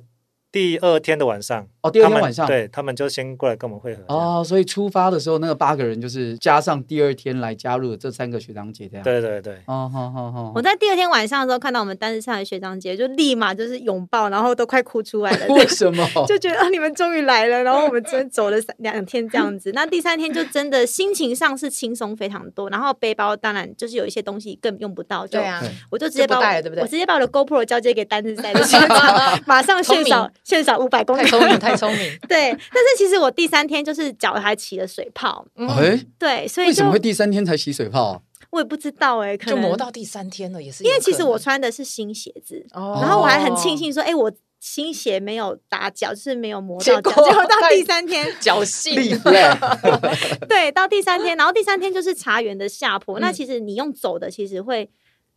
第二天的晚上，
哦第二天
他们
晚上
对他们就先过来跟我们会合。
哦，所以出发的时候那个八个人就是加上第二天来加入的这三个学长姐这样。
这样，对对对，
哦，好好好，
我在第二天晚上的时候看到我们单日上的学长姐，就立马就是拥抱，然后都快哭出来了。
为什么？
就觉得啊，你们终于来了，然后我们真的走了三两天这样子。那第三天就真的心情上是轻松非常多，然后背包当然就是有一些东西更用不到，就
对啊，
我就直接把
就不带了
我
对不对
我直接把我的 GoPro 交接给单日赛的学 长，马上
聪
炫
明
少炫少五百公里
太。聪明，太聪 明。
对，但是其实我第三天就是脚还起了水泡，
嗯
哎，
对，所以
为什
就
么会第三天才洗水泡啊？
我也不知道哎、可
就
能
磨到第三天了，也是有
因
可能。
为其实我穿的是新鞋子，
哦，
然后我还很庆幸说，哎、我新鞋没有打脚，就是没有磨到
结
脚，
果
结果到
太
第三天
侥
立
幸。
flag，
对，到第三天，然后第三天就是茶园的下坡。那
嗯
其实你用走的，其实会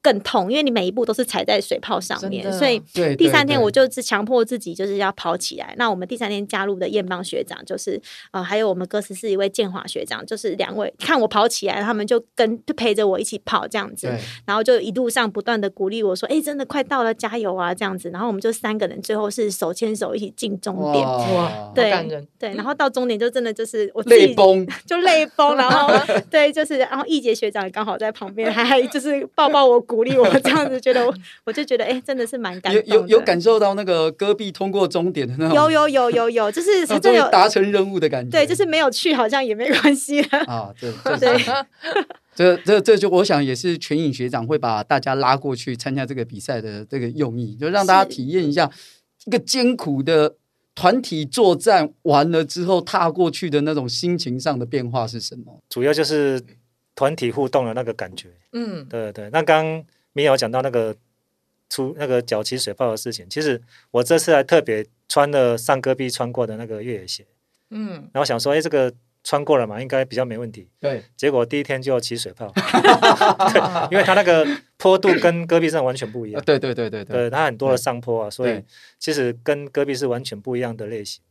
更痛，因为你每一步都是踩在水泡上面
真，的
所以。
对，
第三天我
就
就是强迫自己就是要跑起来。那我们第三天加入的燕邦学长，就是呃，还有我们哥十四一位建华学长，就是两位看我跑起来，他们就跟就陪着我一起跑这样子。
对
然后就一路上不断的鼓励我说：“哎、真的快到了，加油啊！”这样子。然后我们就三个人最后是手牵手一起进终点。
哇，
对
好感人，
对，然后到终点就真的就是我自己
泪崩，
就泪崩，然后对，就是然后易杰学长也刚好在旁边，还还就是抱抱我，鼓励我，这样子觉得我我就觉得哎、真的是蛮感
有
动的
有有感受到那个戈壁通过终点的那种，
有有有有有，就是
那
是
哦终
真
于
的有
达成任务的感觉，
对，就是没有去好像也没关系了，
啊，对对
对
对。这这这就我想也是全影学长会把大家拉过去参加这个比赛的这个用意，就让大家
是
体验一下一个艰苦的团体作战完了之后踏过去的那种心情上的变化是什么。
主要就是团体互动的那个感觉。
嗯，
对对，那刚米瑶讲到那个出那个脚起水泡的事情，其实我这次还特别穿了上戈壁穿过的那个越野鞋，
嗯，
然后想说，哎，这个穿过了嘛，应该比较没问题。
对，
结果第一天就起水 泡，对，因为它那个坡度跟戈壁上完全不一
啊
样，
对对对对对
对，它很多的上坡啊，所以
对
其实跟戈壁是完全不一样的类型。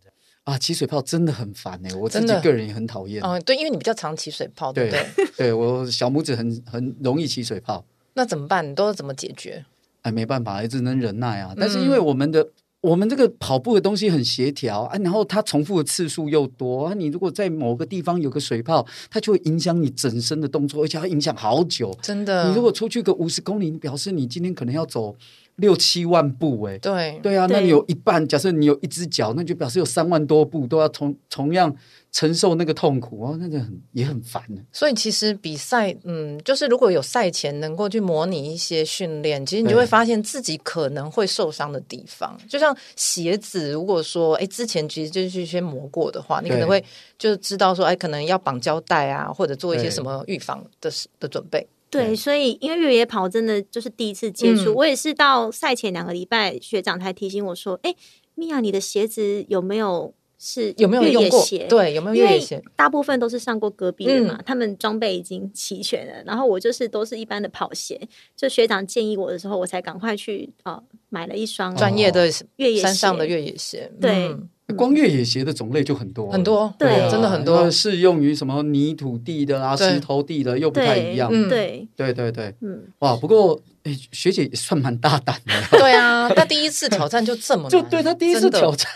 啊，起水泡真的很烦哎、我自
真
己
的
个人也很讨厌。
哦，对，因为你比较常起水泡，对
对
不对？
对我小拇指很很容易起水泡，
那怎么办？你都怎么解决？
哎，没办法，也只能忍耐啊。但是因为我们的、我们这个跑步的东西很协调啊，然后它重复的次数又多啊，你如果在某个地方有个水泡，它就会影响你整身的动作，而且它影响好久。
真的，
你如果出去个五十公里，你表示你今天可能要走六七万步、哎。
对
对啊，那
对
你有一半，假设你有一只脚，那就表示有三万多步都要同同样承受那个痛苦哦，那个很也很烦欸的、
所以其实比赛，嗯，就是如果有赛前能够去模拟一些训练，其实你就
对
会发现自己可能会受伤的地方。就像鞋子，如果说哎之前其实就是先磨过的话，你可能
对
会就知道说哎可能要绑胶带啊，或者做一些
对
什么预防的事的准备。
对
对，所以因为越野跑真的就是第一次接触，
嗯
我也是到赛前两个礼拜，学长才提醒我说，哎、米娅，你的鞋子有没有是
有没有
越
用
野
过
鞋？？
对，有没有
因
越野
为
鞋？嗯
大部分都是上过戈壁的嘛，他们装备已经齐全了。然后我就是都是一般的跑鞋，就学长建议我的时候，我才赶快去呃买了一双
专业的
哦
越野鞋。
山上的越野鞋，
对
嗯
光越野鞋的种类就很多了
很多，
对
啊
真的很多
那。适用于什么泥土地的啊、
对
石头地的又不太一
对，
样。
嗯
对，
对对对，
嗯，
哇！不过诶学姐也算蛮大胆的，
对啊，他第一次挑 战就这么 难，
就对她第一次
真的
挑战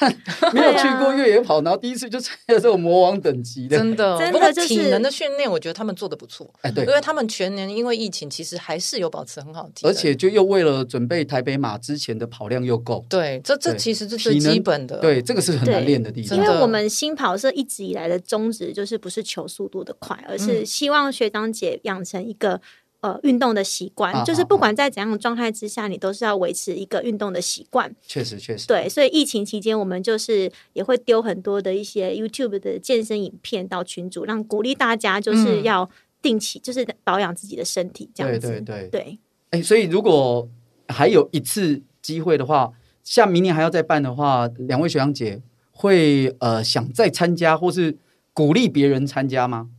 没有去过越野跑，然后第一次就参加这种魔王等级的。
真的，
真的
不过
就是
体能的训练，我觉得他们做的不错，
哎，对
因，为他们全年因为疫情，其实还是有保持很好的体能。
而且就又为了准备台北马之前的跑量又够，
对，这这
对
其实是
体
最
能
基本的。
对，这个是很难
对
练的地方
因为。
真的
我们新跑社一直以来的宗旨就是不是求速度的快，而
嗯
是希望学长姐养成一个。呃，运动的习惯、
啊
就是不管在怎样的状态之下，你都是要维持一个运动的习惯。
确实确实，
对，所以疫情期间，我们就是也会丢很多的一些 YouTube 的健身影片到群组，让鼓励大家就是
嗯
要定期、就是保养自己的身体，这样
对
子。
对对。
对
哎，所以如果还有一次机会的话，像明年还要再办的话，两位学长姐会呃想再参加，或是鼓励别人参加吗？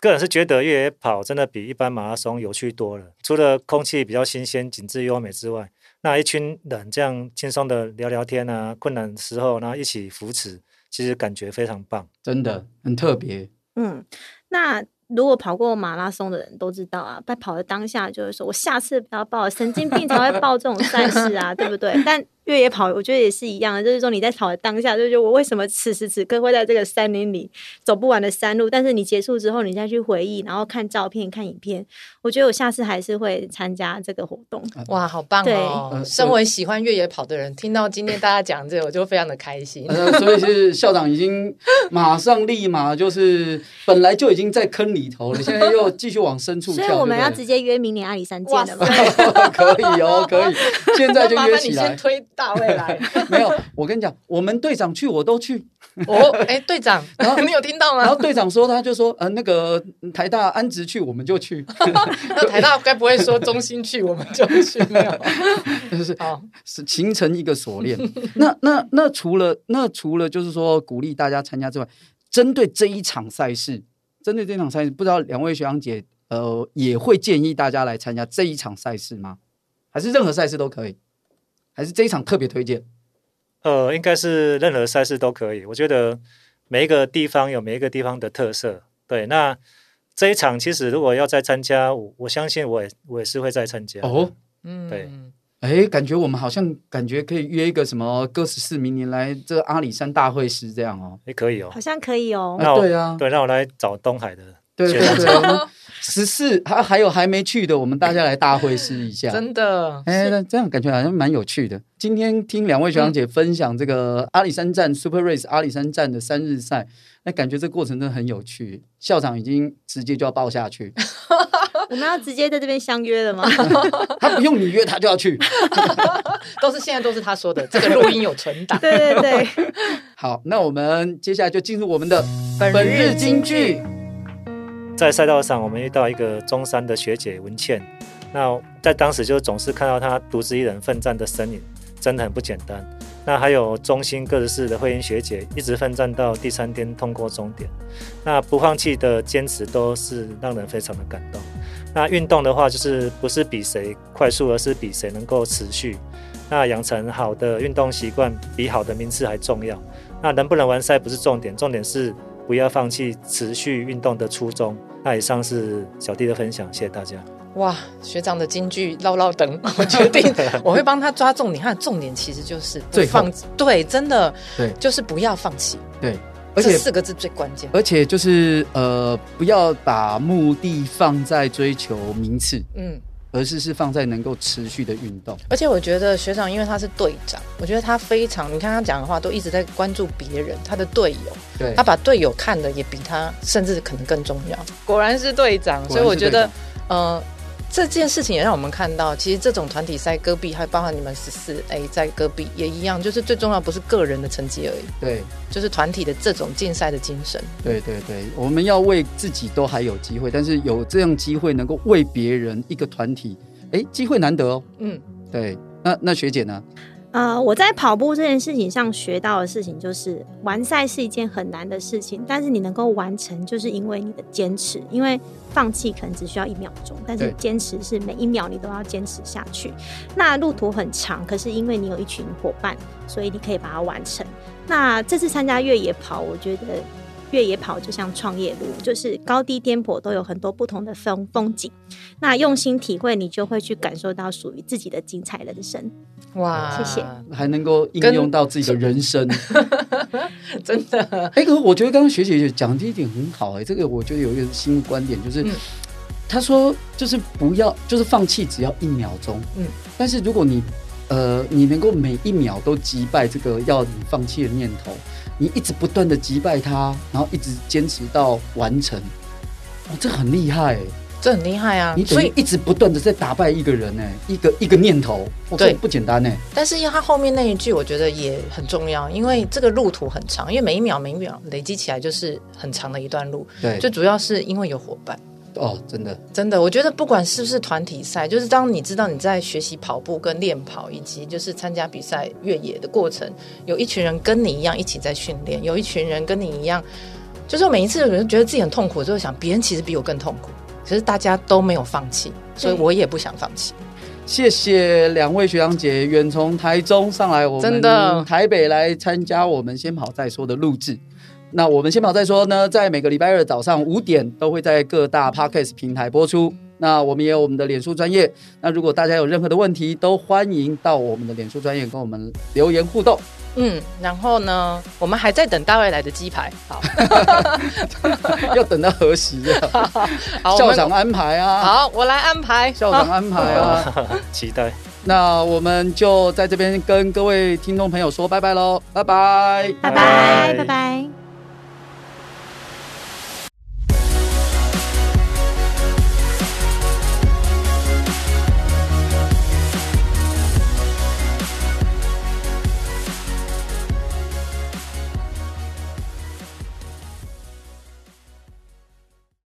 个人是觉得越野跑真的比一般马拉松有趣多了，除了空气比较新鲜、景致优美之外，那一群人这样轻松的聊聊天啊，困难时候然后一起扶持，其实感觉非常棒。
真的很特别，
嗯，那。如果跑过马拉松的人都知道啊，在跑的当下就是说，我下次不要报，神经病才会报这种赛事啊，对不对？ 但越野跑，我觉得也是一样的，就是说你在跑的当下，就是觉得我为什么此时此刻会在这个山林里走不完的山路？但是你结束之后，你再去回忆，然后看照片、看影片，我觉得我下次还是会参加这个活动。
哇，好棒
对
哦！
呃
身为喜欢越野跑的人，听到今天大家讲这个，我就非常的开 心。
呃，所以是校长已经马上立马就是本来就已经在坑里头了，现在又继续往深处
所
跳，
以我们要
对
直接约明年阿里山
哇
见了嘛？
不对 可以哦，可以，现在
那
就
麻
约
烦你
起
先
来。
推大卫 来。
没有，我跟你讲，我们队长去我都去，
哦，哎，队长，你有听到
然后
吗？
队长说他就说，呃，那个台大安植去我们就去，
那台大该不会说中心去我们就去哦没 有？
就是
好，
是形成一个锁链。那那那除了那除了就是说鼓励大家参加之外，针对这一场赛事，针对这场赛事，不知道两位学长姐呃也会建议大家来参加这一场赛事吗？还是任何赛事都可以？还是这一场特别推荐？
呃，应该是任何赛事都可以。我觉得每一个地方有每一个地方的特色。对，那这一场其实如果要再参加，我我相信我也我也是会再参加。
哦，
嗯，
对
哎，感觉我们好像感觉可以约一个什么哥十四明年来这阿里山大会师这样哦。
也可以哦
好。像可以 哦。
那我
对啊
对，让我来找东海的。
对
学
对
长
啊
对，我们十四还还有还没去的，我们大家来大会师一下。
真的，
哎，那这样感觉好像蛮有趣的。今天听两位
嗯
学长姐分享这个阿里山站 Super Race 阿里山站的三日赛，那感觉这过程真的很有趣。校长已经直接就要报下去，
我们要直接在这边相约了吗？
他不用你约，他就要 去。
都是现在都是他说的，这个录音有存 档。
对对对。
好，那我们接下来就进入我们的本
本
日
日
金
金
句
句。
在赛道上，我们遇到一个中山的学姐文倩，那在当时就总是看到她独自一人奋战的身影，真的很不简单。那还有中心各自市的慧英学姐，一直奋战到第三天通过终点，那不放弃的坚持都是让人非常的感动。那运动的话，就是不是比谁快速，而是比谁能够持续。那养成好的运动习惯，比好的名次还重要。那能不能完赛不是重点，重点是不要放弃持续运动的初衷。那以上是小弟的分享，谢谢大家。
哇，学长的金句唠唠等，我决定 我会帮他抓重点。他的重点其实就是不
最后
放，对，真的，
对
就是不要放弃，
对，而
这
且
四个字最关键。
而且就是呃，不要把目的放在追求名次，
嗯，
而是是放在能够持续的运动。
而且我觉得学长，因为他是队长，我觉得他非常，你看他讲的话都一直在关注别人，他的队友，
对
他把队友看的也比他甚至可能更重要。果然是队长，
果
所
然
以我
是
觉
队
得
长，
呃，这件事情也让我们看到，其实这种团体赛戈壁，还包含你们十四 A 在戈壁也一样，就是最重要不是个人的成绩而已，
对。
就是团体的这种竞赛的精神。
对对对，我们要为自己都还有机会，但是有这样机会能够为别人一个团体，哎，机会难得哦。
嗯，
对，那那学姐呢？
呃，我在跑步这件事情上学到的事情就是，完赛是一件很难的事情，但是你能够完成，就是因为你的坚持。因为放弃可能只需要一秒钟，但
对
是坚持是每一秒你都要坚持下去。那路途很长，可是因为你有一群伙伴，所以你可以把它完成。那这次参加越野跑，我觉得越野跑就像创业路，就是高低颠簸都有很多不同的风风景。那用心体会，你就会去感受到属于自己的精彩人生。
哇，
谢谢
还能够应用到自己的人生。
真的，
哎，可是我觉得刚刚学姐讲的一点很好、哎，这个我觉得有一个新观点，就是、
嗯
她说就是不要，就是放弃，只要一秒钟。嗯
嗯，
但是如果你呃，你能够每一秒都击败这个要你放弃的念头，你一直不断的击败它，然后一直坚持到完成，哦，这很厉害、哎
这很厉害啊
你！等
所
于一
以，
直不断的在打败一个人呢、哎一个一个念头，哦、这
对
不简单呢、哎
但是他后面那一句，我觉得也很重要，因为这个路途很长，因为每一秒每一秒累积起来就是很长的一段路。
对，
最主要是因为有伙伴。
哦，真的，
真的，我觉得不管是不是团体赛，就是当你知道你在学习跑步跟练跑，以及就是参加比赛越野的过程，有一群人跟你一样一起在训练，有一群人跟你一样，就是我每一次有人觉得自己很痛苦，就会想别人其实比我更痛苦，可是大家都没有放弃，所以我也不想放弃。
谢谢两位学长姐远从台中上来，我们
真的
台北来参加我们先跑再说的录制。那我们先跑再说呢，在每个礼拜二早上五点都会在各大 podcast 平台播出。那我们也有我们的脸书专业，那如果大家有任何的问题，都欢迎到我们的脸书专业跟我们留言互 动。
嗯，然后呢，我们还在等大卫来的鸡排。 好，
要等到何时啊？
好，我
校
们
长安排啊，
好，我来安排。
校长安排啊。
期待。
那我们就在这边跟各位听众朋友说拜拜喽，拜拜。
拜拜，
拜
拜拜。